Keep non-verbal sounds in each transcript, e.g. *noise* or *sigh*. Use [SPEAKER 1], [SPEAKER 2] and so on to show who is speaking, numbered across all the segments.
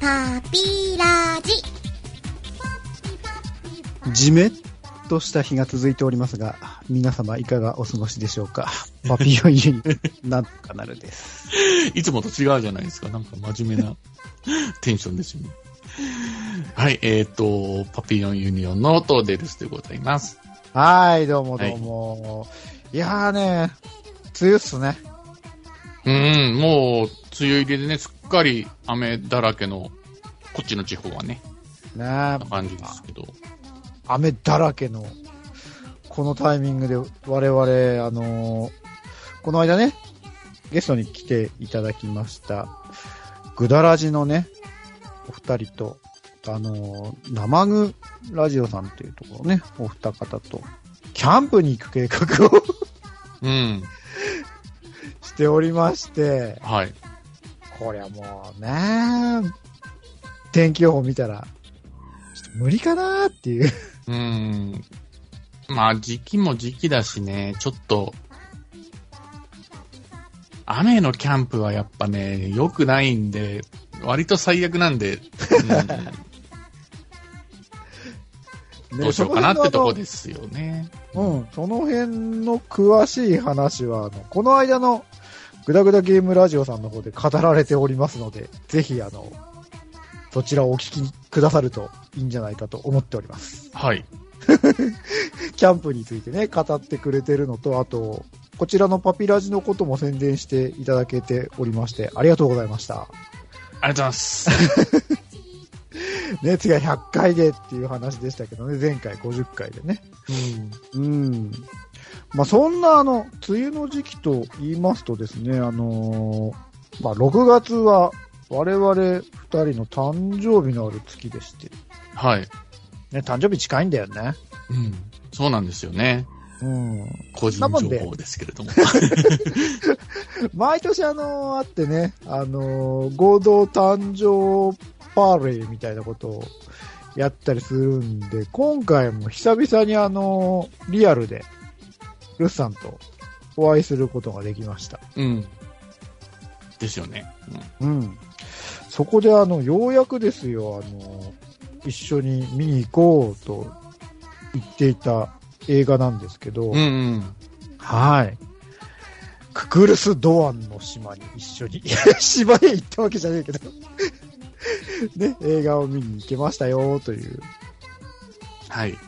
[SPEAKER 1] パピラジ。
[SPEAKER 2] じめっとした日が続いておりますが、皆様いかがお過ごしでしょうか。パピヨン家になんとかなるです。
[SPEAKER 3] *laughs* いつもと違うじゃないですか。なんか真面目なテンションですよね。はい、えっ、と、パピヨンユニオンのトーデルスでございます。
[SPEAKER 2] はい、どうもどうも。い、やーね、梅雨っすね。
[SPEAKER 3] うん、もう、梅雨入りでね、すっかり雨だらけの、こっちの地方はね、
[SPEAKER 2] ね
[SPEAKER 3] な感じですけど。
[SPEAKER 2] 雨だらけの、このタイミングで我々、あのーこの間ね、ゲストに来ていただきました、ぐだらじのね、お二人と、あのー生ぐラジオさんというところね、お二方と、キャンプに行く計画を *laughs*
[SPEAKER 3] うん、
[SPEAKER 2] しておりまして、
[SPEAKER 3] はい。
[SPEAKER 2] こりゃもうね、天気予報見たら、ちょっと無理かなーっていう。
[SPEAKER 3] うん。まあ、時期も時期だしね、ちょっと、雨のキャンプはやっぱね、良くないんで、割と最悪なんで、うんどうしようかなってとこですよね。
[SPEAKER 2] うん、その辺の詳しい話は、あのこの間のグダグダゲームラジオさんの方で語られておりますので、ぜひ、あの、そちらをお聞きくださるといいんじゃないかと思っており *laughs* ます。
[SPEAKER 3] はい。
[SPEAKER 2] キャンプについてね、語ってくれてるのと、あと、こちらのパピラジのことも宣伝していただけておりまして、ありがとうございました。
[SPEAKER 3] ありがとうございます。
[SPEAKER 2] ね、次は100回でっていう話でしたけどね、前回50回でね。
[SPEAKER 3] *laughs* うん
[SPEAKER 2] うん。まあ、そんな、あの、梅雨の時期と言いますとですね、あのーまあ、6月は我々2人の誕生日のある月でして、
[SPEAKER 3] はい。
[SPEAKER 2] ね、誕生日近いんだよね。
[SPEAKER 3] うん。そうなんですよね。
[SPEAKER 2] うん。
[SPEAKER 3] 個人情
[SPEAKER 2] なもんで
[SPEAKER 3] 報ですけれども。
[SPEAKER 2] 毎年、あのーあってね、あのー合同誕生パーレーみたいなことをやったりするんで、今回も久々にあのーリアルで、ルッさんとお会いすることができました。
[SPEAKER 3] *laughs* うん。ですよね。うん
[SPEAKER 2] うん。そこであの、ようやくですよ、あの、一緒に見に行こうと言っていた映画なんですけど、
[SPEAKER 3] うんうん。
[SPEAKER 2] はい。ククルス・ドアンの島に一緒に、い *laughs* や島へ行ったわけじゃねえけど、 *laughs* ね、映画を見に行けましたよ、という。
[SPEAKER 3] はい。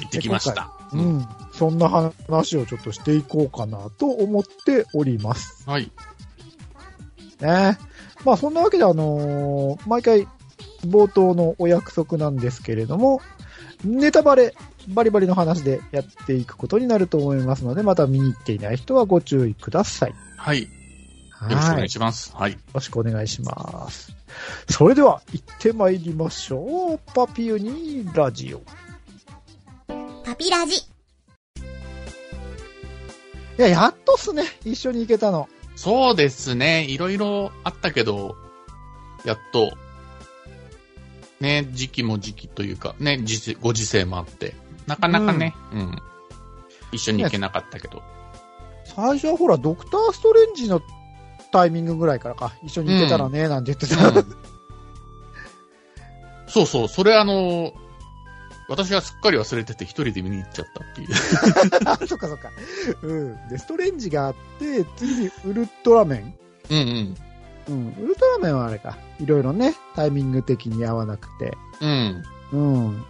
[SPEAKER 3] 行ってきました。
[SPEAKER 2] う。ん。そんな話をちょっとしていこうかなと思っております。
[SPEAKER 3] はい。
[SPEAKER 2] ね。まあそんなわけで、あのー毎回冒頭のお約束なんですけれども、ネタバレ、バリバリの話でやっていくことになると思いますので、また見に行っていない人はご注意ください。よ
[SPEAKER 3] はい。よろしくお
[SPEAKER 2] は
[SPEAKER 3] 願
[SPEAKER 2] い。
[SPEAKER 3] いします。はい。
[SPEAKER 2] よろしくお願いします。それでは行ってまいりましょう。パピユニラジオ。い
[SPEAKER 1] パピラジ。
[SPEAKER 2] や、やっとっすね。一緒に行けたの。
[SPEAKER 3] そうですね。いろいろあったけど、やっと、ね、時期も時期というか、ね、時世ご時世もあって、なかなかね、うん、一緒に行けなかったけど。
[SPEAKER 2] 最初はほら、ドクターストレンジのタイミングぐらいからか、一緒に行けたらね、なんて言ってた。
[SPEAKER 3] うんそうそう、それあの、私がすっかり忘れてて一人で見に行っちゃったっていう。
[SPEAKER 2] あ、そっかそっか。うん。で、ストレンジがあって、次にウルトラメン。
[SPEAKER 3] うん
[SPEAKER 2] うん。ウルトラメンはあれか。いろいろね、タイミング的に合わなくて。
[SPEAKER 3] うん。うん。
[SPEAKER 2] うん。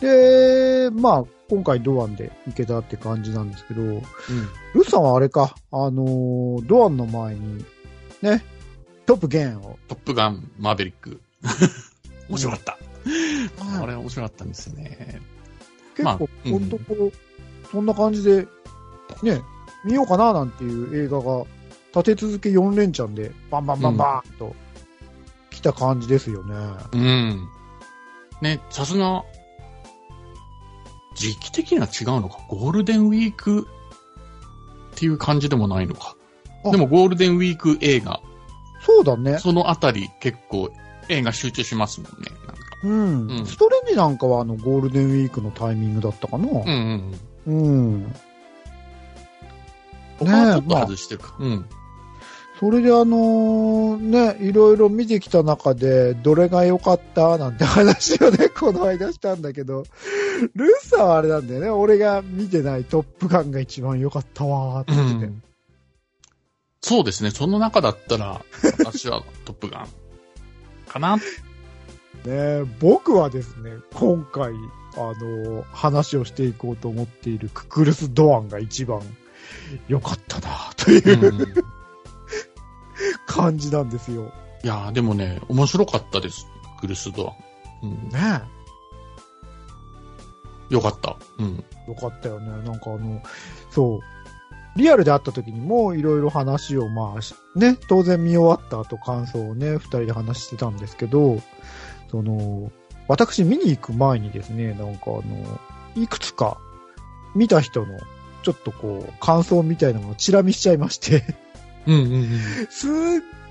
[SPEAKER 2] で、まあ、今回ドアンで行けたって感じなんですけど、ルーさんはあれか、あのードアンの前に、ね、トップゲンを。
[SPEAKER 3] トップガン、マーベリック。面白かった。あれ面白かったんですよね。
[SPEAKER 2] 結
[SPEAKER 3] まあ
[SPEAKER 2] 構、
[SPEAKER 3] うん
[SPEAKER 2] このところ、そんな感じで、ね、見ようかななんていう映画が、立て続け4連チャンで、バンバンバンバーンと、来た感じですよね。
[SPEAKER 3] うん。ね、さすが、時期的には違うのか。ゴールデンウィークっていう感じでもないのか。
[SPEAKER 2] あ
[SPEAKER 3] でもゴールデンウィーク映画、
[SPEAKER 2] そうだね。
[SPEAKER 3] そのあたり結構映画集中しますもんね。なんか
[SPEAKER 2] うん。
[SPEAKER 3] うん
[SPEAKER 2] ストレンジなんかは、あの、ゴールデンウィークのタイミングだったかな。
[SPEAKER 3] うんうんうん。
[SPEAKER 2] うん。
[SPEAKER 3] 他はちょっと
[SPEAKER 2] まあ
[SPEAKER 3] 外してるか。うん。
[SPEAKER 2] それであのーね、いろいろ見てきた中で、どれが良かったなんて話をね、 *laughs* この間したんだけど、ルースはあれなんだよね、俺が見てないトップガンが一番良かったわーって言ってて、
[SPEAKER 3] そうですね。その中だったら、私はトップガン。かな
[SPEAKER 2] ね、僕はですね、今回、あのー話をしていこうと思っているククルス・ドアンが一番良かったなといううん感じなんですよ。
[SPEAKER 3] いやーでもね、面白かったです。クルスドア。うん。
[SPEAKER 2] ねえ
[SPEAKER 3] よかった。うん。
[SPEAKER 2] よかったよね。なんかあの、そう。リアルで会った時にもいろいろ話をまあし、ね、当然見終わった後感想をね、二人で話してたんですけど、その、私見に行く前にですね、なんかあの、いくつか見た人のちょっとこう、感想みたいなのをチラ見しちゃいまして、 *laughs*
[SPEAKER 3] うんうんうん。
[SPEAKER 2] すっ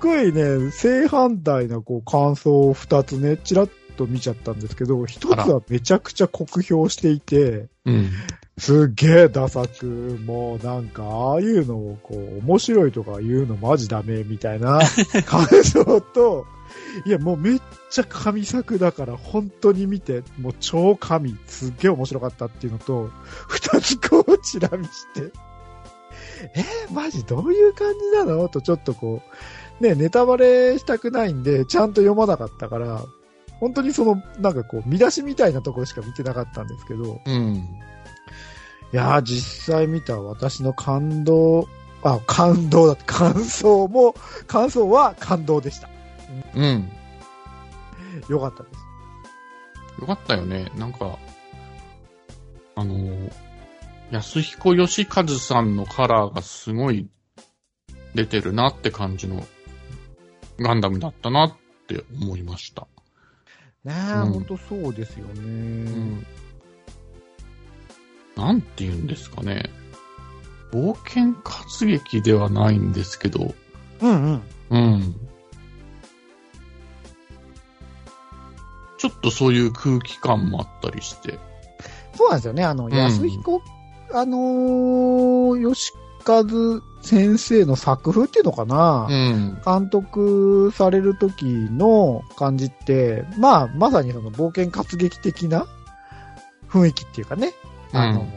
[SPEAKER 2] ごいね、正反対なこう感想を二つね、チラッと見ちゃったんですけど、一つ
[SPEAKER 3] あら
[SPEAKER 2] はめちゃくちゃ酷評していて、
[SPEAKER 3] うん。
[SPEAKER 2] すっげえダサく、もうなんか、ああいうのをこう、面白いとか言うのマジダメみたいな感想と、いやもうめっちゃ神作だから本当に見て、もう超神、すっげえ面白かったっていうのと、二つこうチラ見して、 *laughs* えーマジどういう感じなのとちょっとこう、ね、ネタバレしたくないんで、ちゃんと読まなかったから、本当にその、なんかこう、見出しみたいなところしか見てなかったんですけど、
[SPEAKER 3] うん。
[SPEAKER 2] いやー、実際見た私の感動、あ、感動だ、感想も、感想は感動でした。
[SPEAKER 3] うん。
[SPEAKER 2] よかったです。
[SPEAKER 3] よかったよね。なんか、あのー、安彦義和さんのカラーがすごい出てるなって感じのガンダムだったなって思いました。
[SPEAKER 2] ねえ、
[SPEAKER 3] うん
[SPEAKER 2] ほんとそうですよね、
[SPEAKER 3] うん。なんて言うんですかね。冒険活劇ではないんですけど、
[SPEAKER 2] うんうん。
[SPEAKER 3] うん。ちょっとそういう空気感もあったりして。
[SPEAKER 2] そうなんですよね、あの、
[SPEAKER 3] ん
[SPEAKER 2] 安彦、あのー、吉和先生の作風っていうのかな、
[SPEAKER 3] うん。
[SPEAKER 2] 監督される時の感じって、まあ、まさにその冒険活劇的な雰囲気っていうかね、あの、
[SPEAKER 3] うん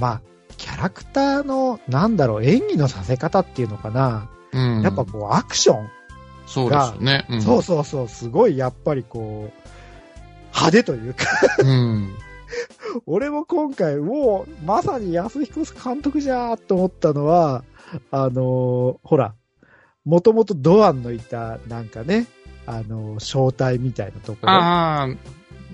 [SPEAKER 2] まあ、キャラクターの、なんだろう、演技のさせ方っていうのかな、
[SPEAKER 3] うん。
[SPEAKER 2] やっぱこう、アクション、
[SPEAKER 3] そうですよね。うん、
[SPEAKER 2] そうそうそう、すごいやっぱりこう、派手というか、
[SPEAKER 3] うん。
[SPEAKER 2] 俺も今回、もう、まさに安彦監督じゃーと思ったのは、あのーほら、もともとドアンのいた、なんかね、あのー正体みたいなところ。
[SPEAKER 3] ああ、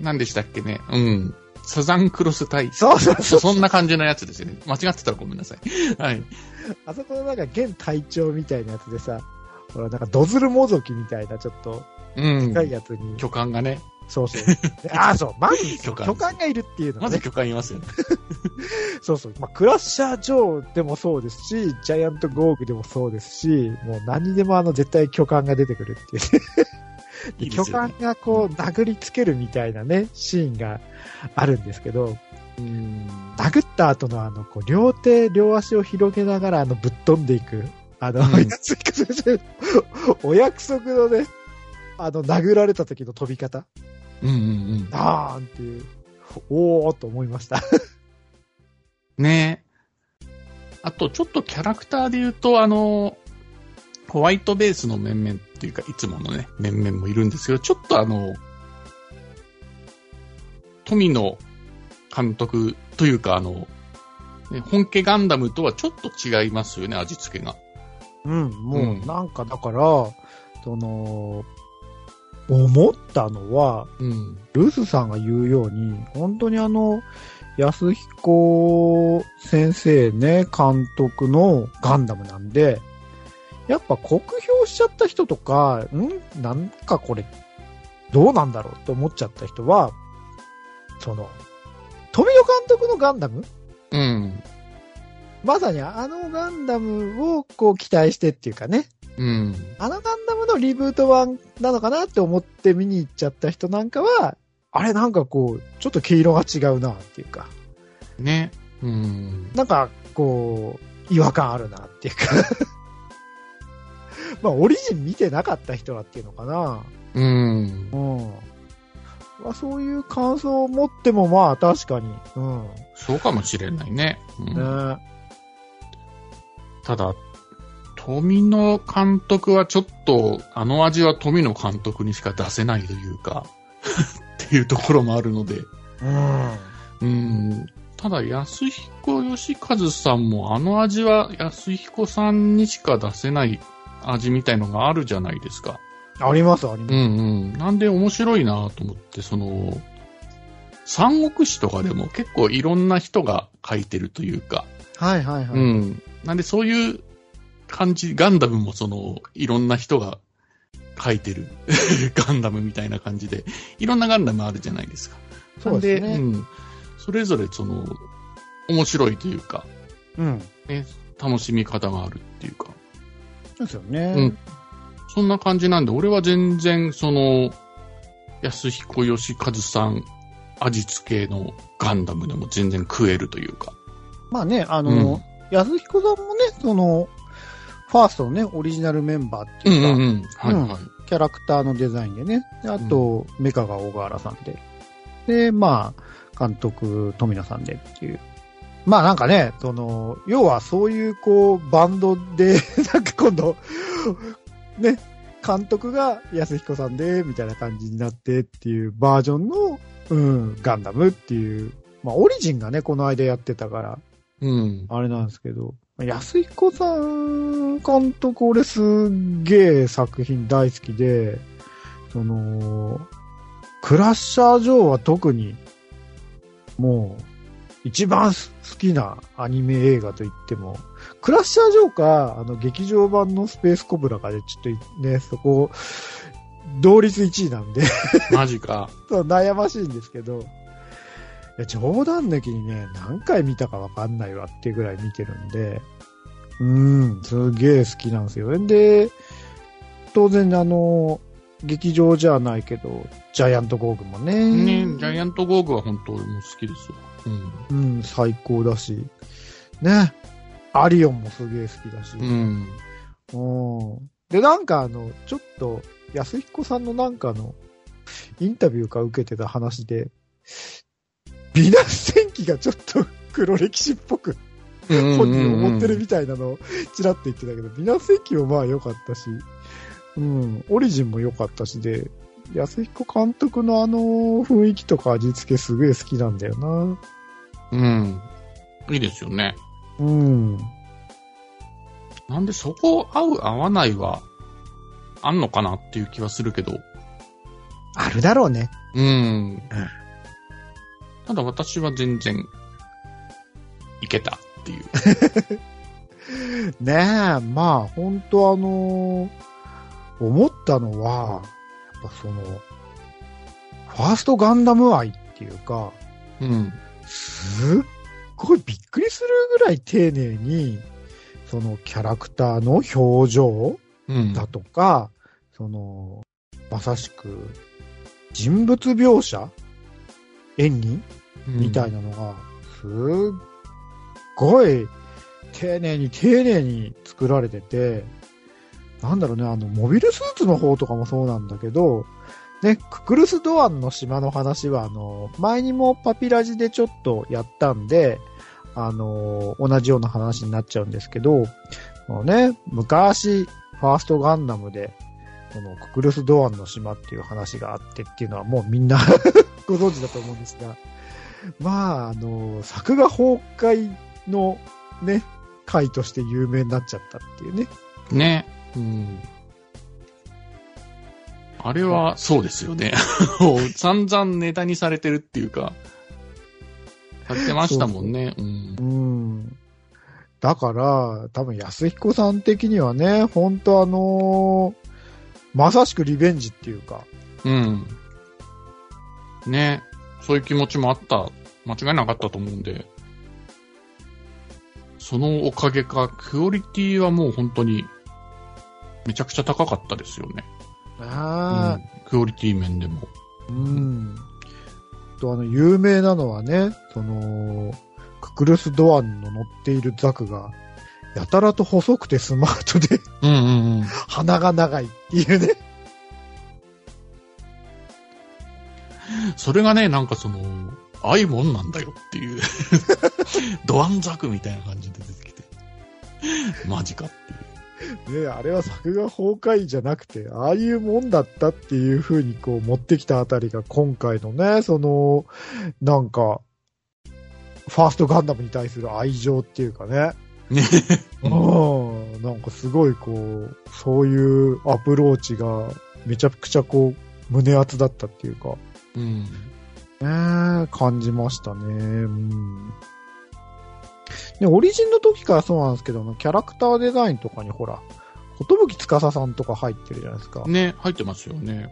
[SPEAKER 3] なんでしたっけね。うん。サザンクロス大使。
[SPEAKER 2] そうそうそ。
[SPEAKER 3] そうそんな感じのやつですよね。間違ってたらごめんなさい。はい。
[SPEAKER 2] あそこのなんか、現隊長みたいなやつでさ、ほら、なんか、ドズルモゾキみたいな、ちょっと、
[SPEAKER 3] うん。
[SPEAKER 2] 深いやつに、
[SPEAKER 3] 巨漢がね。
[SPEAKER 2] そうそう。でああ、そう、まず、
[SPEAKER 3] 巨
[SPEAKER 2] 巨
[SPEAKER 3] 漢
[SPEAKER 2] 漢がいるっていうの
[SPEAKER 3] ま
[SPEAKER 2] は
[SPEAKER 3] ず
[SPEAKER 2] ね、
[SPEAKER 3] 巨漢いますよね。
[SPEAKER 2] そうそう。まあ、クラッシャー・ジョーでもそうですし、ジャイアント・ゴーグでもそうですし、もう何にでもあの、絶対巨漢が出てくるっていうね。
[SPEAKER 3] いいで
[SPEAKER 2] 巨
[SPEAKER 3] すよ
[SPEAKER 2] 漢
[SPEAKER 3] ね。
[SPEAKER 2] がこう、殴りつけるみたいなね、シーンがあるんですけど、
[SPEAKER 3] うん。
[SPEAKER 2] 殴った後のあの、こう、両手、両足を広げながら、あの、ぶっ飛んでいく、あの、
[SPEAKER 3] うん
[SPEAKER 2] 安彦先生の *laughs* お約束のね、あの、殴られた時の飛び方、
[SPEAKER 3] うんうん
[SPEAKER 2] ダーンっていう、おーっと思いました。
[SPEAKER 3] うん。ねえあと、ちょっとキャラクターで言うと、あの、ホワイトベースの面々っていうか、いつものね、面々もいるんですけど、ちょっとあの、富野監督というか、あの、ね本家ガンダムとはちょっと違いますよね、味付けが。
[SPEAKER 2] うん、も
[SPEAKER 3] うん
[SPEAKER 2] う、なんかだから、その、思ったのは、
[SPEAKER 3] うん。
[SPEAKER 2] ルスさんが言うように、本当にあの、安彦先生ね、監督のガンダムなんで、やっぱ酷評しちゃった人とか、んなんかこれ、どうなんだろうって思っちゃった人は、その、富野監督のガンダム
[SPEAKER 3] うん。
[SPEAKER 2] まさにあのガンダムをこう期待してっていうかね、
[SPEAKER 3] うん。
[SPEAKER 2] あのガンダムのリブート版なのかなって思って見に行っちゃった人なんかは、あれなんかこう、ちょっと毛色が違うなっていうか、
[SPEAKER 3] ね。うん。
[SPEAKER 2] なんかこう、違和感あるなっていうか、 *laughs* まあ、オリジン見てなかった人らっていうのかな。
[SPEAKER 3] うん。
[SPEAKER 2] うん。まあ、そういう感想を持っても、まあ、確かに。うん。
[SPEAKER 3] そうかもしれないね。うん、
[SPEAKER 2] ね。
[SPEAKER 3] ただ、富野監督はちょっと、あの味は富野監督にしか出せないというか、 *laughs* っていうところもあるので。
[SPEAKER 2] うん。
[SPEAKER 3] うん。ただ、安彦義和さんも、あの味は安彦さんにしか出せない味みたいのがあるじゃないですか。
[SPEAKER 2] あります、あり
[SPEAKER 3] う
[SPEAKER 2] ま
[SPEAKER 3] んうん。なんで面白いなと思って、その、三国志とかでも結構いろんな人が書いてるというか、
[SPEAKER 2] す。はいはいは
[SPEAKER 3] う
[SPEAKER 2] い。
[SPEAKER 3] ん。なんでそういう感じ、ガンダムもその、いろんな人が書いてる *laughs* ガンダムみたいな感じで、いろんなガンダムあるじゃないですか。
[SPEAKER 2] そうです
[SPEAKER 3] なん
[SPEAKER 2] ね。
[SPEAKER 3] うん。それぞれその、面白いというか、
[SPEAKER 2] うん。
[SPEAKER 3] ね、楽しみ方があるっていうか、
[SPEAKER 2] そうですよね。
[SPEAKER 3] うんそんな感じなんで、俺は全然その、安彦義和さん味付けのガンダムでも全然食えるというか。
[SPEAKER 2] まあね、あの、
[SPEAKER 3] うん
[SPEAKER 2] 安彦さんもね、その、ファーストのね、オリジナルメンバーっていうか、
[SPEAKER 3] うん。はいはい。
[SPEAKER 2] キャラクターのデザインでね、であと、メカが小川原さんで、で、まあ、監督、富野さんでっていう。まあなんかね、その、要はそういうこう、バンドで、 *laughs* なんか今度、ね、監督が安彦さんで、みたいな感じになってっていうバージョンの、うん、ガンダムっていう、まあオリジンがね、この間やってたから、
[SPEAKER 3] うん。
[SPEAKER 2] あれなんですけど、安彦さん監督、俺すっげえ作品大好きで、その、クラッシャー・ジョーは特に、もう、一番す好きなアニメ映画と言っても、クラッシャー・ジョーか、あの、劇場版のスペースコブラかで、ちょっとね、そこ、同率1位なんで
[SPEAKER 3] マジか。
[SPEAKER 2] ちょっと悩ましいんですけど、いや冗談抜きにね、何回見たかわかんないわっていうぐらい見てるんで、うん、すげえ好きなんですよ。で、当然あの、劇場じゃないけど、ジャイアントゴーグもね、
[SPEAKER 3] ね、ジャイアントゴーグは本当俺も好きですよ。うん。
[SPEAKER 2] うん、最高だし、ね、アリオンもすげえ好きだし、
[SPEAKER 3] うん。
[SPEAKER 2] うん。で、なんかあの、ちょっと、安彦さんのなんかの、インタビューか受けてた話で、美男戦記がちょっと *laughs* 黒歴史っぽく本人思ってるみたいなのをちらっと言ってたけど、美男戦記もまあ良かったし、うん、オリジンも良かったしで、安彦監督のあの雰囲気とか味付けすげえ好きなんだよな。
[SPEAKER 3] うん。いいですよね。
[SPEAKER 2] うん。
[SPEAKER 3] なんでそこ合う合わないは、あんのかなっていう気はするけど。
[SPEAKER 2] あるだろうね。
[SPEAKER 3] うん。ただ私は全然、いけたっていう。
[SPEAKER 2] ねえ、まあ、本当あのー思ったのは、やっぱその、ファーストガンダム愛っていうか、
[SPEAKER 3] うん。
[SPEAKER 2] すっごいびっくりするぐらい丁寧に、そのキャラクターの表情
[SPEAKER 3] うん。
[SPEAKER 2] だとか、その、まさしく、人物描写演技みたい
[SPEAKER 3] な。
[SPEAKER 2] なのが、すっごい丁寧に丁寧に作られてて、なんだろうね、あの、モビルスーツの方とかもそうなんだけど、ね、ククルス・ドアンの島の話は、あの、前にもパピラジでちょっとやったんで、あの、同じような話になっちゃうんですけど、あのね、昔、ファーストガンダムで、このククルス・ドアンの島っていう話があってっていうのはもうみんな *laughs* ご存知だと思うんですが、まあ、あの、作画崩壊のね、回として有名になっちゃったっていうね。
[SPEAKER 3] ね。うん。あれは、そうですよね。散々ネタにされてるっていうか、されてましたもんね。うん
[SPEAKER 2] うん。だから、多分安彦さん的にはね、本当あのまさしくリベンジっていうか、
[SPEAKER 3] うん。ね。そういう気持ちもあった。間違いなかったと思うんで。そのおかげか、クオリティはもう本当に、めちゃくちゃ高かったですよね。う
[SPEAKER 2] あ
[SPEAKER 3] んクオリティ面でも。
[SPEAKER 2] あ、うん。と、あの、有名なのはね、その、ククルス・ドアンの乗っているザクが、やたらと細くてスマートで、
[SPEAKER 3] うんうんうん。
[SPEAKER 2] 鼻が長いっていうね。
[SPEAKER 3] それがね、なんかその、ああいうもんなんだよっていう、ドアンザクみたいな感じで出てきて、マジかっていう。
[SPEAKER 2] ねあれは作画崩壊じゃなくて、ああいうもんだったっていう風にこう持ってきたあたりが今回のね、その、なんか、ファーストガンダムに対する愛情っていうかね。
[SPEAKER 3] ね
[SPEAKER 2] う
[SPEAKER 3] うん
[SPEAKER 2] ん、なんかすごいこう、そういうアプローチがめちゃくちゃこう、胸熱だったっていうか、
[SPEAKER 3] うん。
[SPEAKER 2] ねえ、感じましたね。うん。で、オリジンの時からそうなんですけど、あのキャラクターデザインとかにほら、ことぶきつかささんとか入ってるじゃないですか。ね
[SPEAKER 3] ね、入ってますよね。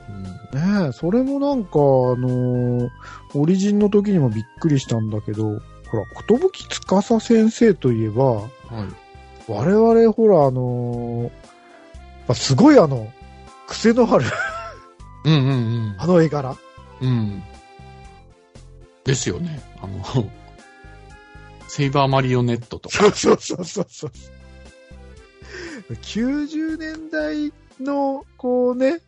[SPEAKER 3] うん
[SPEAKER 2] え、それもなんか、あのーオリジンの時にもびっくりしたんだけど、ほら、ことぶきつかさ先生といえば、
[SPEAKER 3] はい。
[SPEAKER 2] 我々ほら、あのーまあすごいあの、癖のある
[SPEAKER 3] うんうん
[SPEAKER 2] あの絵柄。
[SPEAKER 3] うん。うん。ですよね。あの、セイバーマリオネットとか。
[SPEAKER 2] そうそうそうそうそう。90年代の、こうね、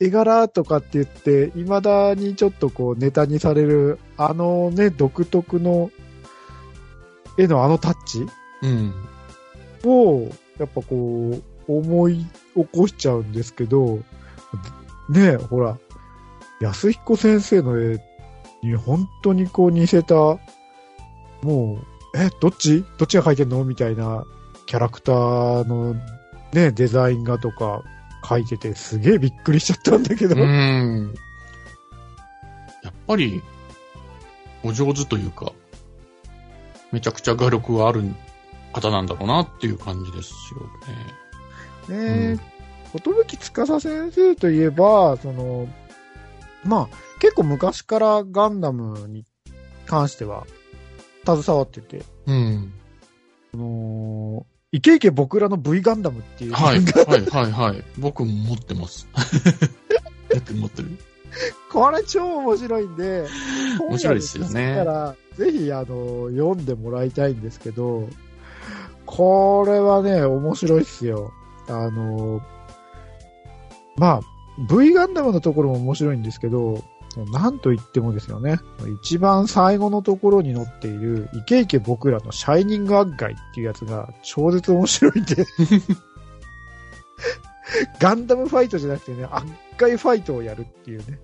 [SPEAKER 2] 絵柄とかって言って、未だにちょっとこうネタにされる、あのね、独特の絵のあのタッチ
[SPEAKER 3] うん。
[SPEAKER 2] を、やっぱこう、思い起こしちゃうんですけど、ねえ、ほら、安彦先生の絵に本当にこう似せた、もう、え、どっちどっちが描いてんのみたいなキャラクターのね、デザイン画とか描いてて、すげえびっくりしちゃったんだけど。
[SPEAKER 3] うん。やっぱり、お上手というか、めちゃくちゃ画力がある方なんだろうなっていう感じですよね。う
[SPEAKER 2] ね
[SPEAKER 3] ん
[SPEAKER 2] え、寿司先生といえば、その、まあ、結構昔からガンダムに関しては、携わってて、
[SPEAKER 3] うん。
[SPEAKER 2] あのーイケイケ僕らの V ガンダムっていう、
[SPEAKER 3] *laughs* はい、はい、はい、はい。僕も持って *laughs* ます。よく持ってる。
[SPEAKER 2] これ超面白いんで、
[SPEAKER 3] 面白いですよね
[SPEAKER 2] だから、ぜひ、あの、読んでもらいたいんですけど、これはね、面白いっすよ。あの、まあ、V ガンダムのところも面白いんですけど、なんと言ってもですよね、一番最後のところに載っている、イケイケ僕らのシャイニングアッガイっていうやつが超絶面白いん
[SPEAKER 3] *laughs*
[SPEAKER 2] で、ガンダムファイトじゃなくてね、アッガイファイトをやるっていうね、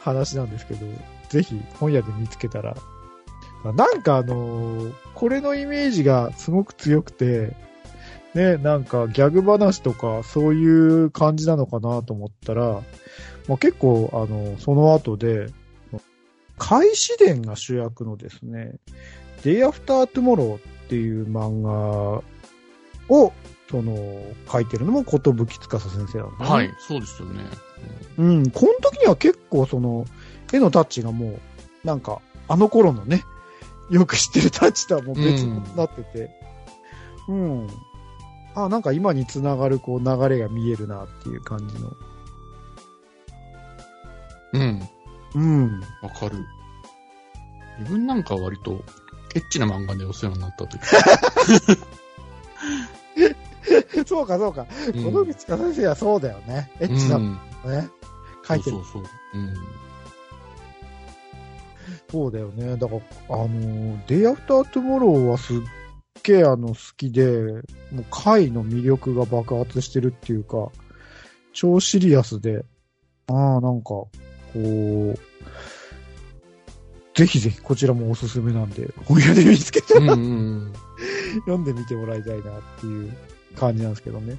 [SPEAKER 2] 話なんですけど、ぜひ本屋で見つけたら。なんかあのーこれのイメージがすごく強くて、ね、なんかギャグ話とかそういう感じなのかなと思ったら、まあ、結構あの、その後で、開始伝が主役のですね、Day After Tomorrow っていう漫画を、その、書いてるのもことぶきつかさ先生なんだね。
[SPEAKER 3] はい、そうですよね。
[SPEAKER 2] うん、この時には結構その、絵のタッチがもう、なんか、あの頃のね、よく知ってるタッチとはもう別になってて、うん。あ、なんか今につながるこう流れが見えるなっていう感じの。
[SPEAKER 3] うん、
[SPEAKER 2] うん。 *laughs*
[SPEAKER 3] わかる。自分なんかは割と、エッチな漫画でお世話になったと
[SPEAKER 2] そうかそうか。
[SPEAKER 3] *laughs* いう
[SPEAKER 2] 小野口か先生はそうだよね。エッチ
[SPEAKER 3] う
[SPEAKER 2] だもん
[SPEAKER 3] ん
[SPEAKER 2] ね。書いてる
[SPEAKER 3] そうそうそう。うん。
[SPEAKER 2] そうだよね。だから、あのー、デイアフタートゥモローはすっげえあの、好きで、もう回の魅力が爆発してるっていうか、超シリアスで、ああ、なんか、こう、ぜひぜひこちらもおすすめなんで、本屋で見つけて
[SPEAKER 3] うんうんうん。
[SPEAKER 2] 読んでみてもらいたいなっていう感じなんですけどね。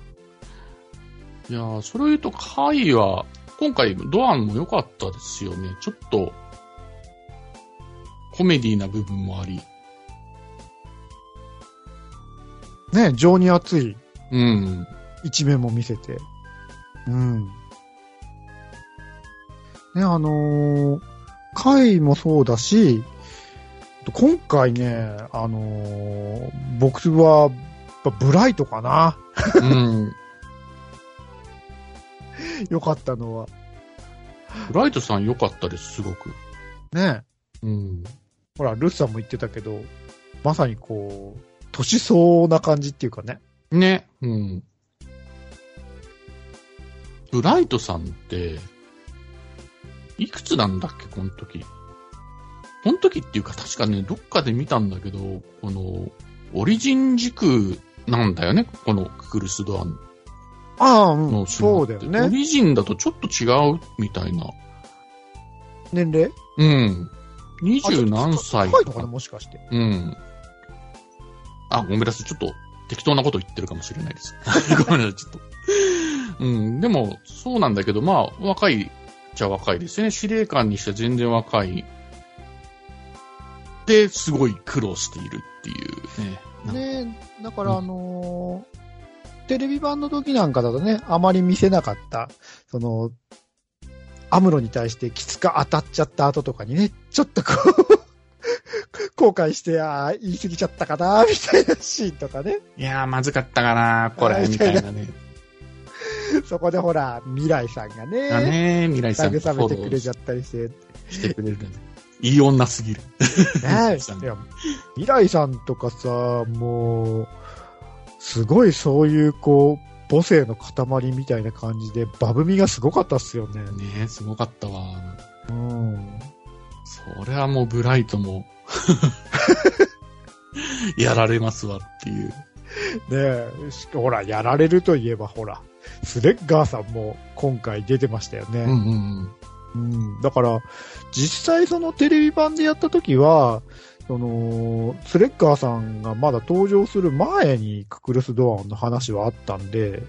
[SPEAKER 3] *laughs* いやーそれを言うと、回は、今回、ドアンも良かったですよね。ちょっと、コメディな部分もあり。
[SPEAKER 2] ね、情に熱い
[SPEAKER 3] うん。
[SPEAKER 2] 一面も見せて。うん。ね、あのー、回もそうだし、今回ね、あのー僕は、やっぱブライトかな。
[SPEAKER 3] *laughs* うん。
[SPEAKER 2] 良かったのは。
[SPEAKER 3] ライトさん良かったです、すごく。
[SPEAKER 2] ね。
[SPEAKER 3] うん。
[SPEAKER 2] ほら、ルッサも言ってたけど、まさにこう、年相応な感じっていうかね。
[SPEAKER 3] ね。うん。ブライトさんって、いくつなんだっけ、この時。この時っていうか、確かね、どっかで見たんだけど、この、オリジン軸なんだよね、このククルスドアン
[SPEAKER 2] ああ、う
[SPEAKER 3] の
[SPEAKER 2] ん、そうだよ
[SPEAKER 3] オ
[SPEAKER 2] ね。
[SPEAKER 3] リジンだとちょっと違うみたいな。
[SPEAKER 2] 年齢
[SPEAKER 3] うん。二
[SPEAKER 2] あちょっ
[SPEAKER 3] 十
[SPEAKER 2] と
[SPEAKER 3] 何歳
[SPEAKER 2] 高いのかな、もしかして。
[SPEAKER 3] うん。あ、ごめんなさい。ちょっと適当なこと言ってるかもしれないです。 *laughs* ごめんなさい。ちょっと。うん。でも、そうなんだけど、まあ、若いっちゃ若いですね。司令官にして全然若い。で、すごい苦労しているっていうね。なんか
[SPEAKER 2] ねだか
[SPEAKER 3] う
[SPEAKER 2] ら
[SPEAKER 3] ん
[SPEAKER 2] あのーテレビ版の時なんかだとね、あまり見せなかった、その、アムロに対してきつか当たっちゃった後とかにね、ちょっとこう、 *laughs* 後悔して、ああ、言い過ぎちゃったかな、みたいなシーンとかね。
[SPEAKER 3] いやー、まずかったかな、こ
[SPEAKER 2] あ
[SPEAKER 3] れ、
[SPEAKER 2] ー
[SPEAKER 3] みたいなね。
[SPEAKER 2] そこでほら、未来さんがね、
[SPEAKER 3] だね、未来さんが
[SPEAKER 2] 慰めてくれち
[SPEAKER 3] フ
[SPEAKER 2] ゃ
[SPEAKER 3] ォ
[SPEAKER 2] ったりして、
[SPEAKER 3] ローしてく *laughs* れる。いい女すぎる。
[SPEAKER 2] ね
[SPEAKER 3] そう
[SPEAKER 2] いや、未来さんとかさ、もう、すごいそういう、こう、母性の塊みたいな感じで、バブみがすごかったっすよね。
[SPEAKER 3] ねすごかったわ。
[SPEAKER 2] うん。
[SPEAKER 3] それはもうブライトも、やられますわっていう。
[SPEAKER 2] ねえ、しほら、やられるといえばほら、スレッガーさんも今回出てましたよ
[SPEAKER 3] うん
[SPEAKER 2] ね。
[SPEAKER 3] うん
[SPEAKER 2] うん。だから、実際そのテレビ版でやった時は、その、スレッガーさんがまだ登場する前にククルスドアンの話はあったんで、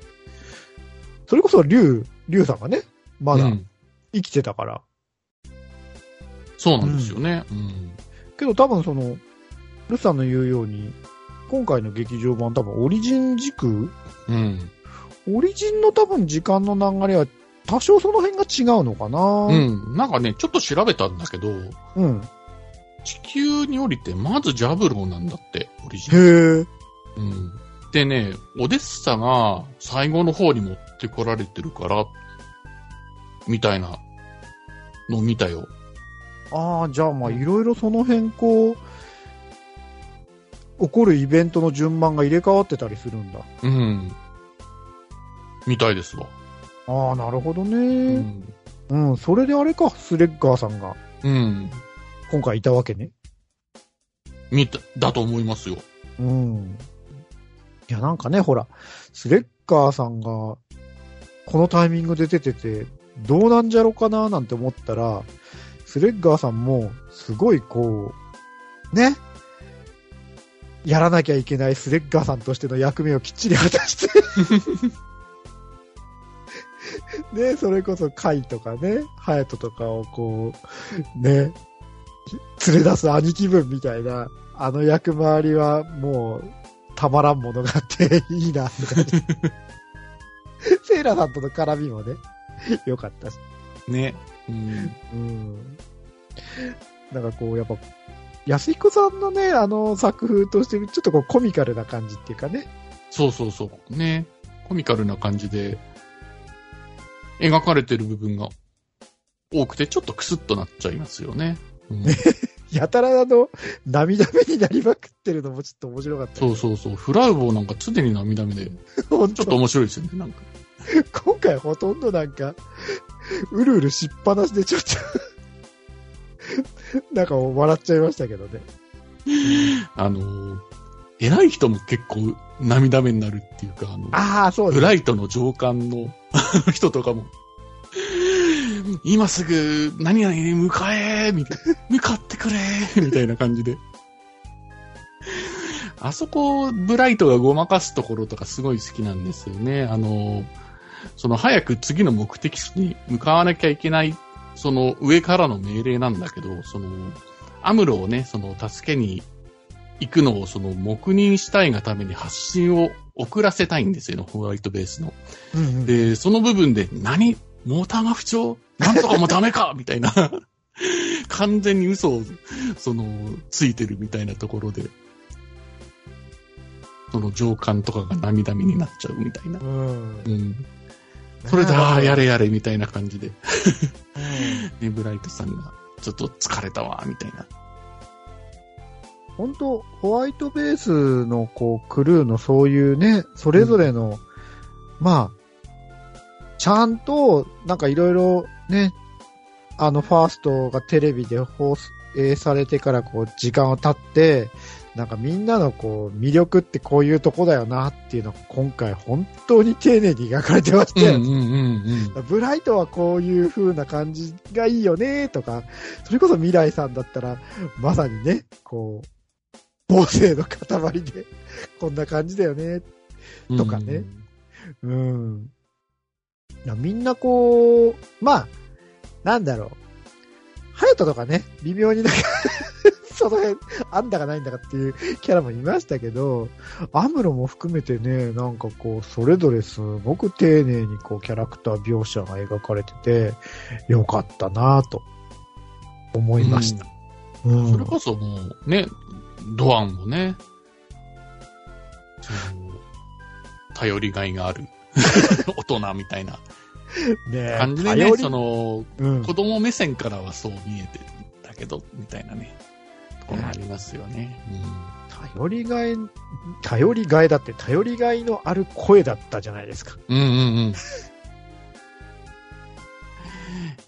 [SPEAKER 2] それこそリュウ、リュウさんがね、
[SPEAKER 3] う
[SPEAKER 2] ま
[SPEAKER 3] ん。う
[SPEAKER 2] だ
[SPEAKER 3] ん
[SPEAKER 2] 生きてたから。
[SPEAKER 3] そうなんですよね。うん。
[SPEAKER 2] けど多分その、ルさんの言うように、今回の劇場版多分オリジン軸
[SPEAKER 3] うん。
[SPEAKER 2] オリジンの多分時間の流れは多少その辺が違うのか
[SPEAKER 3] う
[SPEAKER 2] な。
[SPEAKER 3] ん。なんかね、ちょっと調べたんだけど、
[SPEAKER 2] うん。
[SPEAKER 3] 地球に降りて、まずジャブローなんだって、オリジナル。
[SPEAKER 2] へえ。
[SPEAKER 3] うん。でね、オデッサが最後の方に持ってこられてるから、みたいなのを見たよ。
[SPEAKER 2] ああ、じゃあまあいろいろその辺こう、起こるイベントの順番が入れ替わってたりするんだ。
[SPEAKER 3] うん。みたいですわ。
[SPEAKER 2] ああ、なるほど
[SPEAKER 3] う
[SPEAKER 2] ね、
[SPEAKER 3] ん。
[SPEAKER 2] うん。それであれか、スレッガーさんが
[SPEAKER 3] うん。
[SPEAKER 2] 今回いたわけね。
[SPEAKER 3] みた、だと思いますよ。
[SPEAKER 2] うん。いや、なんかね、ほら、スレッガーさんが、このタイミングで出てて、どうなんじゃろかななんて思ったら、スレッガーさんも、すごいこう、ね、やらなきゃいけないスレッガーさんとしての役目をきっちり果たして。 *laughs* ね、それこそカイとかね、ハヤトとかをこう、ね、連れ出す兄貴分みたいな、あの役回りはもう、たまらんものがあって、いいな、って感
[SPEAKER 3] *laughs*
[SPEAKER 2] じ。セイラさんとの絡みもね、良かったし。
[SPEAKER 3] ね。うん。
[SPEAKER 2] うん。なんかこう、やっぱ、安彦さんのね、あの作風として、ちょっとこうコミカルな感じっていうかね。
[SPEAKER 3] そうそうそう。ね。コミカルな感じで、描かれてる部分が多くて、ちょっとクスッとなっちゃいますよね。うん、
[SPEAKER 2] やたらあの、涙目になりまくってるのもちょっと面白かった。
[SPEAKER 3] そうそうそう。フラウボーなんか常に涙目で、ち
[SPEAKER 2] ほん
[SPEAKER 3] ょっと面白いですよね、なんか。
[SPEAKER 2] 今回ほとんどなんか、うるうるしっぱなしでちょっと、なんか笑っちゃいましたけどね。
[SPEAKER 3] あのー偉い人も結構涙目になるっていうか、あの、
[SPEAKER 2] ああ、そう
[SPEAKER 3] ブ
[SPEAKER 2] です。
[SPEAKER 3] ライトの上官の *laughs* 人とかも、今すぐ何々に向かえみたい
[SPEAKER 2] *laughs*
[SPEAKER 3] な、向かってくれみたいな感じで。あそこ、ブライトがごまかすところとかすごい好きなんですよね。あの、その早く次の目的地に向かわなきゃいけない、その上からの命令なんだけど、その、アムロをね、その助けに行くのをその黙認したいがために発信を遅らせたいんですよね、ホワイトベースの。
[SPEAKER 2] うんうん
[SPEAKER 3] で、その部分で、何モーターが不調なんとかもダメかみたいな。 *laughs* 完全に嘘を、その、ついてるみたいなところで、その上官とかが涙目になっちゃうみたいな。
[SPEAKER 2] うん
[SPEAKER 3] うん。それだ、やれやれみたいな感じで、
[SPEAKER 2] うん
[SPEAKER 3] ね、ブライトさんが、ちょっと疲れたわ、みたいな。
[SPEAKER 2] 本当ホワイトベースのこうクルーのそういうね、それぞれの、まあ、ちゃんと、なんかいろいろね、あの、ファーストがテレビで放映されてからこう、時間を経って、なんかみんなのこう、魅力ってこういうとこだよなっていうのが今回本当に丁寧に描かれてまし
[SPEAKER 3] う
[SPEAKER 2] た
[SPEAKER 3] ん
[SPEAKER 2] よね。
[SPEAKER 3] うんうんうん。
[SPEAKER 2] ブライトはこういう風な感じがいいよねとか、それこそ未来さんだったら、まさにね、こう、母性の塊で、こんな感じだよね。とかねうん。いやみんなこう、まあ、なんだろう。ハヤトとかね、微妙になんか、 *laughs* その辺、あんだかないんだかっていうキャラもいましたけど、アムロも含めてね、なんかこう、それぞれすごく丁寧にこう、キャラクター描写が描かれてて、よかったなぁと、思いました。うん
[SPEAKER 3] それこそもう、ね、ドアンもね、その頼りがいがある *laughs* 大人みたいな
[SPEAKER 2] ね
[SPEAKER 3] 感じでね
[SPEAKER 2] 頼、り
[SPEAKER 3] その、
[SPEAKER 2] うん
[SPEAKER 3] 子供目線からはそう見えてるんだけど、みたいなね、ところもありますよね。
[SPEAKER 2] 頼りがい、頼りがいだって、頼りがいのある声だったじゃないですか。
[SPEAKER 3] うん、うん、うんうん。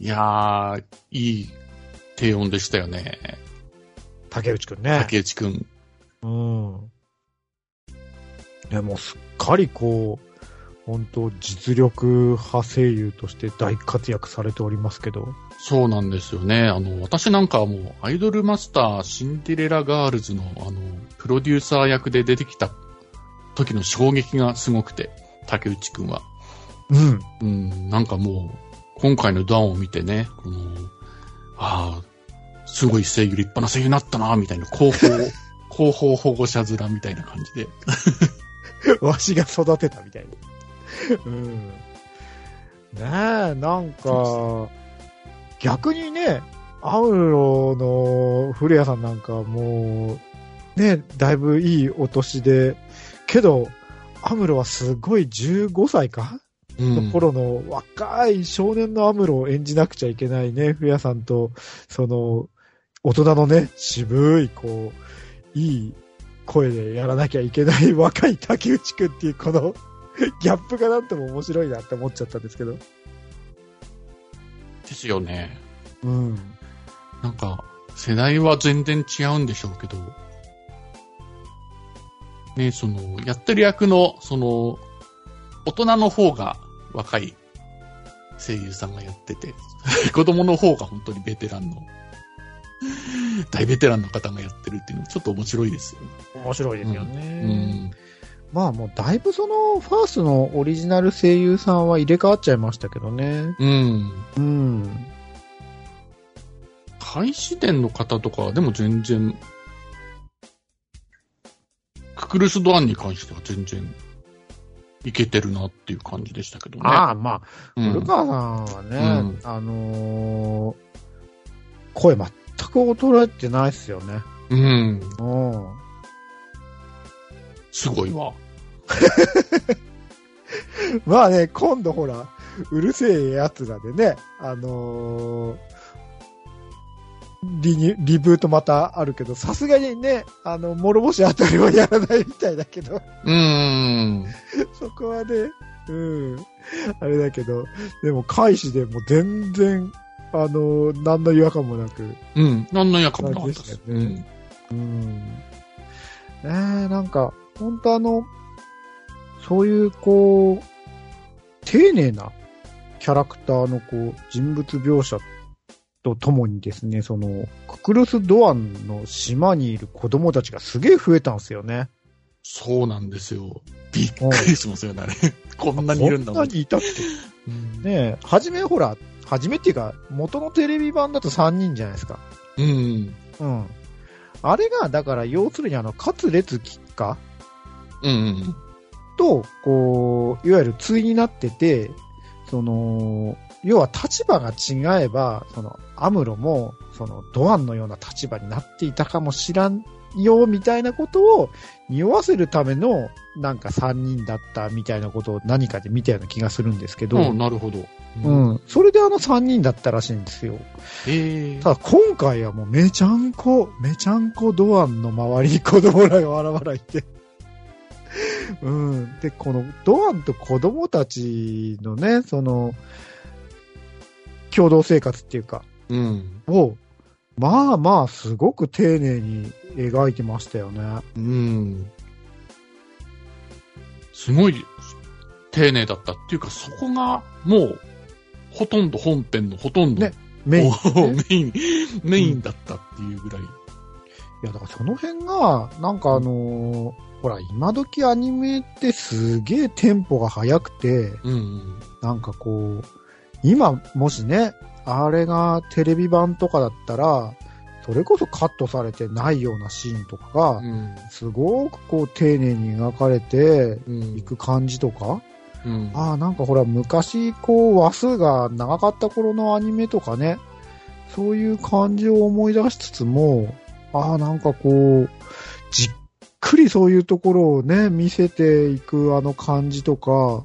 [SPEAKER 3] いやー、いい低音でしたよね。
[SPEAKER 2] 竹内くんね。
[SPEAKER 3] 竹内くん。
[SPEAKER 2] うん。いや、もうすっかりこう、本当実力派声優として大活躍されておりますけど。
[SPEAKER 3] そうなんですよね。あの、私なんかはもう、アイドルマスター、シンデレラガールズの、あの、プロデューサー役で出てきた時の衝撃がすごくて、竹内くんは。
[SPEAKER 2] うん。
[SPEAKER 3] うん、なんかもう、今回のダウンを見てね、この、ああ、すごい声優、立派な声優になったな、みたいな、広報、広報保護者面みたいな感じで。
[SPEAKER 2] *laughs* わしが育てたみたいな。うん。ねえ、なんか、逆にね、アウロの古谷さんなんかもう、ね、だいぶいいお年で、けど、アムロはすごい15歳か
[SPEAKER 3] う
[SPEAKER 2] の
[SPEAKER 3] ん。
[SPEAKER 2] 頃の若い少年のアムロを演じなくちゃいけないね、フヤさんと、その、大人のね、渋い、こう、いい声でやらなきゃいけない若い竹内くんっていうこの、ギャップがなんとも面白いなって思っちゃったんですけど。
[SPEAKER 3] ですよね。
[SPEAKER 2] うん。
[SPEAKER 3] なんか、世代は全然違うんでしょうけど、ね、その、やってる役の、その、大人の方が若い声優さんがやってて、 *laughs* 子供の方が本当にベテランの、大ベテランの方がやってるっていうのもちょっと面白いですよね。
[SPEAKER 2] 面白いです
[SPEAKER 3] よ
[SPEAKER 2] ね
[SPEAKER 3] うん。
[SPEAKER 2] まあもうだいぶその、ファーストのオリジナル声優さんは入れ替わっちゃいましたけどね。
[SPEAKER 3] うん。
[SPEAKER 2] うん。
[SPEAKER 3] 開始伝の方とかはでも全然、ククルス・ドアンに関しては全然、いけてるなっていう感じでしたけどね。
[SPEAKER 2] ああ、まあ、
[SPEAKER 3] うん
[SPEAKER 2] 古川さんはね、
[SPEAKER 3] うん
[SPEAKER 2] あのー声全く衰えてないっすよね。
[SPEAKER 3] うん。
[SPEAKER 2] うん。
[SPEAKER 3] すごいわ。
[SPEAKER 2] まあね、今度ほら、うるせえやつらでね、あのーリニュリブートまたあるけど、さすがにね、あの、諸星あたりはやらないみたいだけど、 *laughs*
[SPEAKER 3] うーん。
[SPEAKER 2] そこはね、うん、あれだけど、でも、開始でも全然、あのー何の違和感もなく、
[SPEAKER 3] うん。何の役もなかったで
[SPEAKER 2] そ
[SPEAKER 3] す。
[SPEAKER 2] うですよねうん。ねえ、なんか、本当あの、そういう、こう、丁寧なキャラクターの、こう、人物描写とともにですね、その、ククルス・ドアンの島にいる子供たちがすげえ増えたんですよね。
[SPEAKER 3] そうなんですよ。びっくりしますよね、あれ。こんなにいるんだも
[SPEAKER 2] こ
[SPEAKER 3] ん
[SPEAKER 2] な。にいたっけ
[SPEAKER 3] うん。
[SPEAKER 2] ねえ、はじめほら、はじめっていうか、元のテレビ版だと3人じゃないですか。
[SPEAKER 3] うん。
[SPEAKER 2] うん。あれが、だから、要するにあの、勝列吉か
[SPEAKER 3] うん。
[SPEAKER 2] と、こう、いわゆる対になってて、その、要は立場が違えば、その、アムロも、その、ドアンのような立場になっていたかもしらんよ、みたいなことを匂わせるための、なんか3人だったみたいなことを何かで見たような気がするんですけど、
[SPEAKER 3] うん、なるほど。
[SPEAKER 2] う
[SPEAKER 3] うん。
[SPEAKER 2] ん、それであの3人だったらしいんですよ。
[SPEAKER 3] えー
[SPEAKER 2] ただ今回はもうめちゃんこ、めちゃんこドアンの周りに子供らが現れて。 *laughs* うん。で、このドアンと子供たちのね、その、共同生活っていうか、
[SPEAKER 3] うん。
[SPEAKER 2] を、まあまあすごく丁寧に描いてましたよね。
[SPEAKER 3] うん。すごい、丁寧だったっていうか、そこが、もう、ほとんど本編のほとんど、
[SPEAKER 2] ねメイン。い
[SPEAKER 3] おメイン、メインだったっていうぐらい。
[SPEAKER 2] や、だからその辺が、なんかあのーほら、今時アニメってすげえテンポが速くて、
[SPEAKER 3] うん。
[SPEAKER 2] なんかこう、今もしね、あれがテレビ版とかだったら、それこそカットされてないようなシーンとかが、
[SPEAKER 3] うん。
[SPEAKER 2] すごくこう丁寧に描かれて
[SPEAKER 3] うん
[SPEAKER 2] いく感じとか、
[SPEAKER 3] うん。
[SPEAKER 2] ああ、なんかほら昔こう話数が長かった頃のアニメとかね、そういう感じを思い出しつつも、ああ、なんかこう、じっくりそういうところをね、見せていくあの感じとか、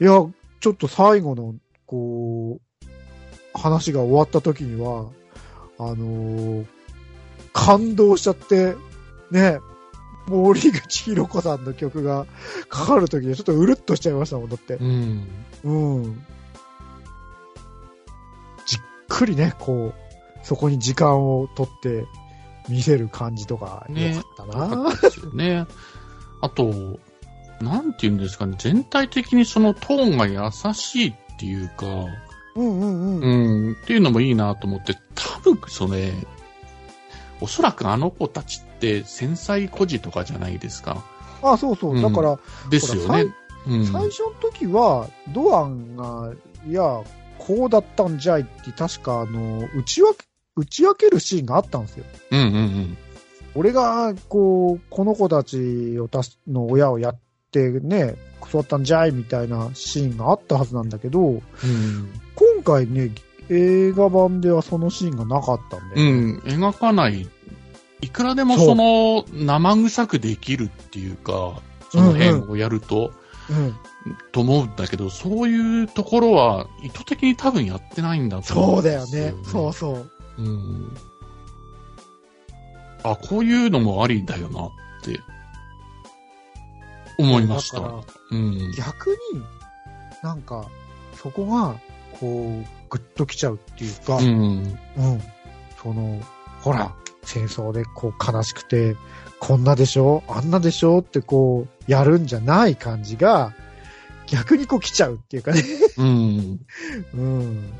[SPEAKER 2] いや、ちょっと最後の、こう、話が終わった時には、あのー感動しちゃって、ね、森口博子さんの曲がかかる時にちょっとうるっとしちゃいましたもん、だって。
[SPEAKER 3] うん。
[SPEAKER 2] うん。じっくりね、こう、そこに時間を取って見せる感じとか、
[SPEAKER 3] ね
[SPEAKER 2] よかった
[SPEAKER 3] 良
[SPEAKER 2] な、
[SPEAKER 3] かったですよね。あと、なんて言うんですかね、全体的にそのトーンが優しいっていうか、
[SPEAKER 2] うんうんうん。
[SPEAKER 3] うん、っていうのもいいなと思って、多分それ、おそらくあの子たちって繊細孤児とかじゃないですか。
[SPEAKER 2] あ、そうそう。
[SPEAKER 3] うん
[SPEAKER 2] だから、
[SPEAKER 3] ですよね。うん、
[SPEAKER 2] 最初の時は、ドアンが、いや、こうだったんじゃいって、確か、あの、打ち分け、打ち明けるシーンがあったんですよ。
[SPEAKER 3] うんうん
[SPEAKER 2] 俺が、こう、この子たちをたすの親をやってね、クソだったんじゃいみたいなシーンがあったはずなんだけど、
[SPEAKER 3] うん。
[SPEAKER 2] 今回ね、映画版ではそのシーンがなかったんで、
[SPEAKER 3] うん、描かない。いくらでもその生臭くできるっていうか、その辺をやると、
[SPEAKER 2] うん
[SPEAKER 3] と思うんだけど、そういうところは意図的に多分やってないんだと思
[SPEAKER 2] そ
[SPEAKER 3] ん
[SPEAKER 2] うだ
[SPEAKER 3] で
[SPEAKER 2] よ
[SPEAKER 3] す
[SPEAKER 2] ね。そうそう。
[SPEAKER 3] うん。あ、こういうのもありだよなって、思いました。
[SPEAKER 2] だから
[SPEAKER 3] うん。
[SPEAKER 2] 逆に、なんか、そこが、こう、グッときちゃうっていうか、
[SPEAKER 3] うん。
[SPEAKER 2] うん。その、ほら、戦争でこう悲しくて、こんなでしょあんなでしょってこう、やるんじゃない感じが、逆にこう来ちゃうっていうかね。 *laughs*
[SPEAKER 3] うん。
[SPEAKER 2] うん。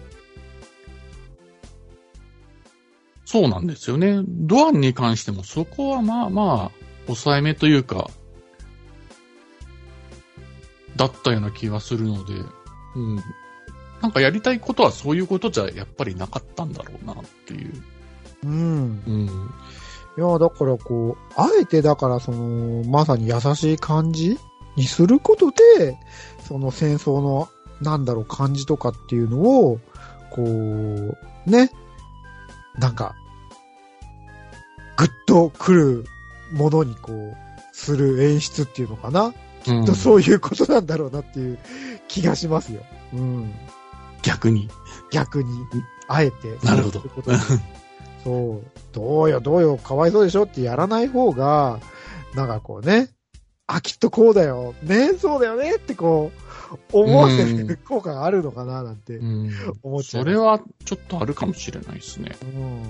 [SPEAKER 3] そうなんですよね。ドアンに関してもそこはまあまあ、抑えめというか、だったような気がするので、うん。なんかやりたいことはそういうことじゃやっぱりなかったんだろうなっていう。
[SPEAKER 2] うん。
[SPEAKER 3] うん。
[SPEAKER 2] いや、だからこう、あえてだからその、まさに優しい感じにすることで、その戦争の、なんだろう、感じとかっていうのを、こう、ね、なんか、ぐっと来るものにこう、する演出っていうのかな、
[SPEAKER 3] うん
[SPEAKER 2] そういうことなんだろうなっていう気がしますよ。うん。
[SPEAKER 3] 逆に。
[SPEAKER 2] 逆に、あえて。
[SPEAKER 3] なるほ
[SPEAKER 2] そ
[SPEAKER 3] ど
[SPEAKER 2] ういうことでそう。どうよ、どうよ、かわいそうでしょってやらない方が、なんかこうね、あ、きっとこうだよ、ね、そうだよねってこう、思わせ
[SPEAKER 3] うん
[SPEAKER 2] る効果があるのかななんて
[SPEAKER 3] うん。
[SPEAKER 2] *laughs* 思っちゃ。
[SPEAKER 3] そうれはちょっとあるかもしれないですね。
[SPEAKER 2] うん。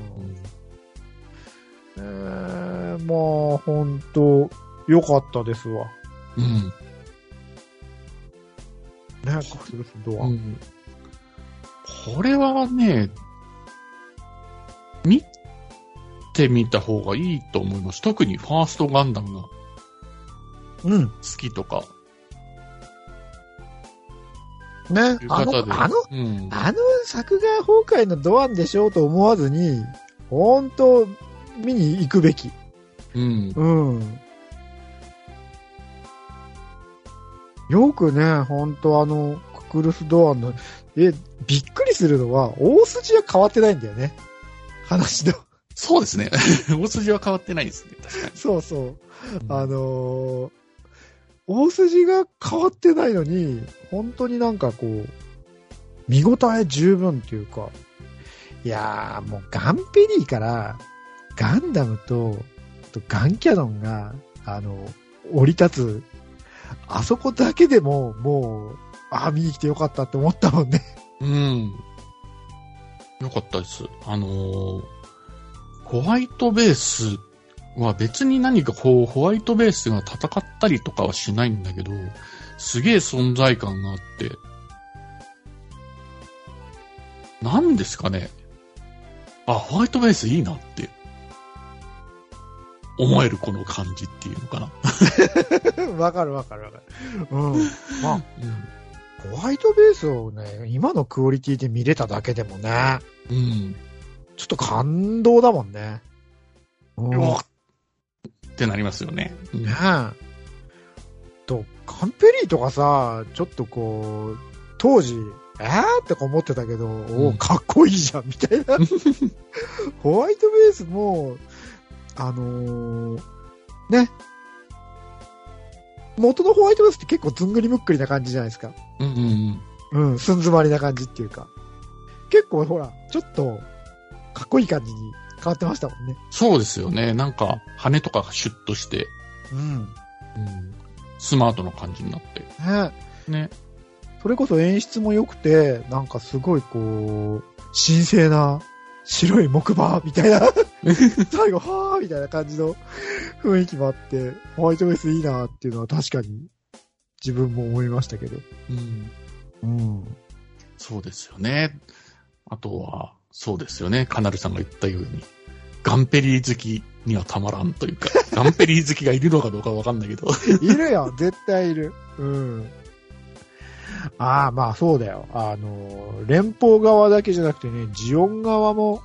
[SPEAKER 2] えー、まあ、ほんと、良かったですわ。
[SPEAKER 3] うん。
[SPEAKER 2] ね、カスルスドア。
[SPEAKER 3] うんこれはね、見てみた方がいいと思います。特にファーストガンダムが好
[SPEAKER 2] うん。
[SPEAKER 3] きとか
[SPEAKER 2] ね
[SPEAKER 3] い、う
[SPEAKER 2] あ
[SPEAKER 3] 方
[SPEAKER 2] の
[SPEAKER 3] で。、
[SPEAKER 2] あの
[SPEAKER 3] うん、
[SPEAKER 2] あの作画崩壊のドアンでしょうと思わずに、本当見に行くべき。
[SPEAKER 3] うん。
[SPEAKER 2] うん。よくね、本当あの、ククルスドアンの、え、びっくりするのは、大筋は変わってないんだよね。話の。 *laughs*
[SPEAKER 3] そうですね。 *laughs* 大筋は変わってないですね。確か
[SPEAKER 2] そうそう。
[SPEAKER 3] に。
[SPEAKER 2] あのー大筋が変わってないのに、本当になんかこう、見応え十分っていうか、いやー、もうガンペリーから、ガンダムと、とガンキャノンが、あの、降り立つ、あそこだけでも、もう、ああ、見に来てよかったって思ったもんね。 *laughs*
[SPEAKER 3] うん。よかったです。あのーホワイトベースは別に何かこう、ホワイトベースが戦ったりとかはしないんだけど、すげえ存在感があって、何ですかね。あ、ホワイトベースいいなって、思えるこの感じっていうのかな。
[SPEAKER 2] わかるわかるわかる。うん。まあ、
[SPEAKER 3] うん
[SPEAKER 2] ホワイトベースをね、今のクオリティで見れただけでもね、
[SPEAKER 3] うん。
[SPEAKER 2] ちょっと感動だもんね。うん
[SPEAKER 3] うわっってなりますよね。うん
[SPEAKER 2] ねえ。と、カンペリーとかさ、ちょっとこう、当時、えーってか思ってたけど、お
[SPEAKER 3] うん
[SPEAKER 2] ーかっこいいじゃん、みたいな。ホワイトベースも、あのーね。元のホワイトベースって結構ずんぐりむっくりな感じじゃないですか。
[SPEAKER 3] うんうんうん。
[SPEAKER 2] うん、すん詰まりな感じっていうか。結構ほら、ちょっと、かっこいい感じに変わってましたもんね。
[SPEAKER 3] そうですよね。なんか、羽とかがシュッとして、
[SPEAKER 2] うん。
[SPEAKER 3] うん、スマートな感じになって。
[SPEAKER 2] ね。
[SPEAKER 3] ね。
[SPEAKER 2] それこそ演出も良くて、なんかすごいこう、神聖な白い木馬みたいな、最後、はーみたいな感じの雰囲気もあって、ホワイトベースいいなっていうのは確かに自分も思いましたけど。
[SPEAKER 3] うん、
[SPEAKER 2] うん。
[SPEAKER 3] そうですよね。あとは、そうですよね。カナルさんが言ったように、ガンペリー好きにはたまらんという *laughs* か、ガンペリー好きがいるのかどうかわかんないけど。 *laughs*
[SPEAKER 2] *laughs* いるよ、絶対いる。うん。ああ、まあそうだよ。あの、連邦側だけじゃなくてね、ジオン側も、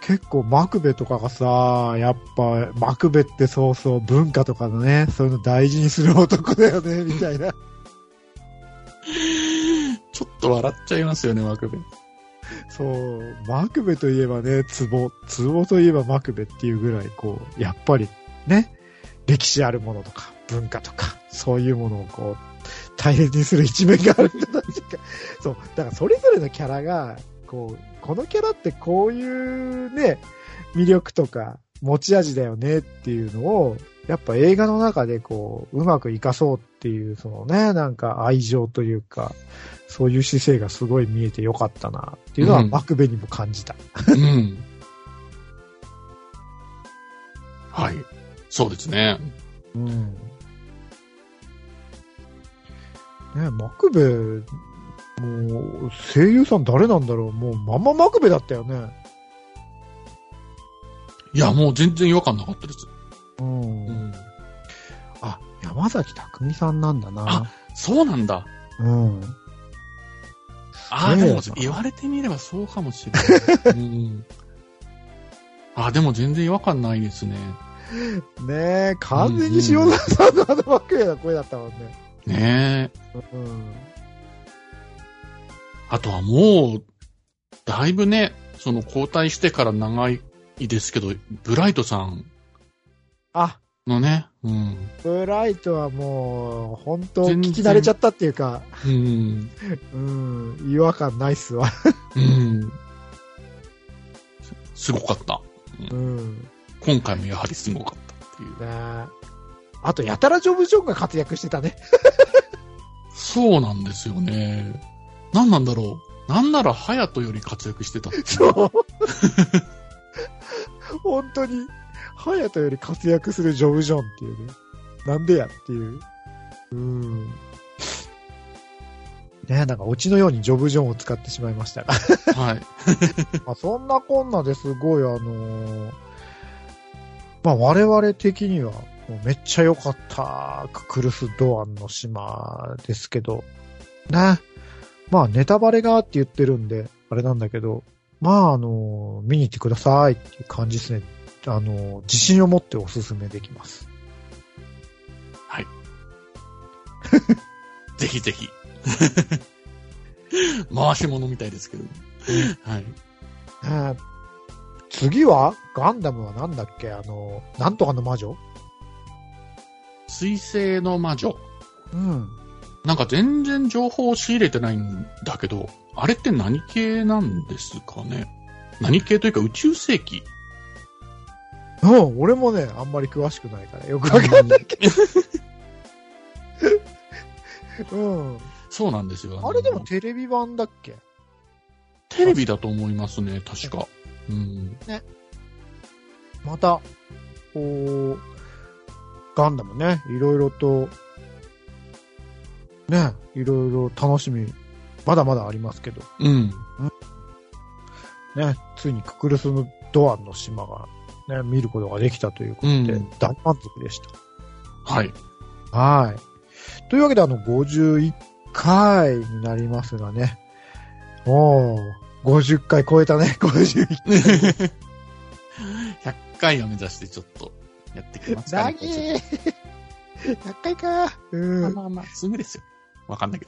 [SPEAKER 2] 結構マクベとかがさ、やっぱ、マクベってそうそう文化とかのね、そういうの大事にする男だよね、 *laughs* みたいな。
[SPEAKER 3] ちょっと笑っちゃいますよね、マクベ。
[SPEAKER 2] そう、マクベといえばね、ツボ、ツボといえばマクベっていうぐらい、こう、やっぱりね、歴史あるものとか、文化とか、そういうものをこう、大変にする一面があるんじゃないか。そう、だからそれぞれのキャラが、こう、このキャラってこういうね、魅力とか、持ち味だよねっていうのを、やっぱ映画の中でこう、うまく活かそうっていう、そのね、なんか愛情というか、そういう姿勢がすごい見えてよかったなっていうのは、
[SPEAKER 3] うん
[SPEAKER 2] マクベにも感じた。
[SPEAKER 3] うん。はい。そうですね。
[SPEAKER 2] うん。ねマクベ、もう、声優さん誰なんだろうもう、まんまマクベだったよね。
[SPEAKER 3] いや、もう全然違和感なかったです。
[SPEAKER 2] うん。
[SPEAKER 3] うん、
[SPEAKER 2] あ、山崎匠さんなんだな
[SPEAKER 3] あ。そうなんだ。
[SPEAKER 2] うん。
[SPEAKER 3] ああ、
[SPEAKER 2] ねえ
[SPEAKER 3] でも言われてみればそうかもしれない。うん、ああ、でも全然違和感ないですね。
[SPEAKER 2] ねえ、完全に塩田さんのあのマクベな声だったもんね。
[SPEAKER 3] ねえ。
[SPEAKER 2] うん。
[SPEAKER 3] あとはもう、だいぶね、その交代してから長いですけど、ブライトさん
[SPEAKER 2] あ、
[SPEAKER 3] のね、うん。
[SPEAKER 2] ブライトはもう、本当
[SPEAKER 3] 全然
[SPEAKER 2] 聞き慣れちゃったっていうか、
[SPEAKER 3] うん。
[SPEAKER 2] うん、違和感ないっすわ。
[SPEAKER 3] うん。すすごかった。
[SPEAKER 2] うん。ね
[SPEAKER 3] 今回もやはりすごかったっていう。
[SPEAKER 2] えあと、やたらジョブ・ジョンが活躍してたね。
[SPEAKER 3] そうなんですよね。何なんだろう。なんなら、ハヤトより活躍してたっていう。
[SPEAKER 2] *laughs* そう。本当に、ハヤトより活躍するジョブ・ジョンっていうね。なんでやっていう。うん。ねなんかオチのようにジョブ・ジョンを使ってしまいましたが。
[SPEAKER 3] はい。
[SPEAKER 2] まあそんなこんなですごいあのーまあ我々的には、もうめっちゃ良かった、ククルス・ドアンの島ですけど、ね。まあネタバレがって言ってるんで、あれなんだけど、まああのー見に行ってくださいっていう感じですね。あのー自信を持っておすすめできます。
[SPEAKER 3] ぜひぜひ。回し物みたいですけど。はい。
[SPEAKER 2] ね次はガンダムはなんだっけあの、なんとかの魔女
[SPEAKER 3] 水星の魔女。
[SPEAKER 2] うん。
[SPEAKER 3] なんか全然情報を仕入れてないんだけど、あれって何系なんですかね何系というか宇宙世紀
[SPEAKER 2] うん、俺もね、あんまり詳しくないから、よくわかんないけど。うん。
[SPEAKER 3] そうなんですよ。
[SPEAKER 2] あれでもテレビ版だっけ
[SPEAKER 3] テレビだと思いますね、確か。うん。
[SPEAKER 2] また、こう、ガンダムね、いろいろと、ね、いろいろ楽しみ、まだまだありますけど、
[SPEAKER 3] うん。
[SPEAKER 2] ね、ついにククルスのドアの島が、ね、見ることができたということで、
[SPEAKER 3] うん
[SPEAKER 2] 大満足でした。
[SPEAKER 3] はい。
[SPEAKER 2] はい。というわけで、あの、51回になりますがね。おー、50回超えたね、51回。
[SPEAKER 3] 100回を目指してちょっとやってきます
[SPEAKER 2] *laughs*
[SPEAKER 3] か、ね。こっち
[SPEAKER 2] !100 回か。う
[SPEAKER 3] まあ
[SPEAKER 2] ん。
[SPEAKER 3] まあまあ、すぐですよ。わかんないけ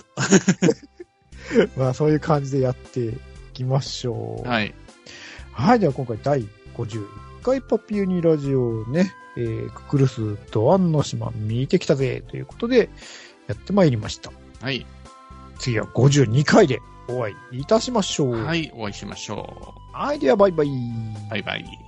[SPEAKER 3] ど。
[SPEAKER 2] まあ、そういう感じでやっていきましょう。はい。
[SPEAKER 3] はい。
[SPEAKER 2] では今回第51回パピユニラジオね、えー、ククルスドアンの島見てきたぜということで、やってまいりました。
[SPEAKER 3] はい。
[SPEAKER 2] 次は52回でお会いいたしましょう。。
[SPEAKER 3] はいい、お会いしましょ
[SPEAKER 2] はい、ではバイバイ。
[SPEAKER 3] う。バイバイ。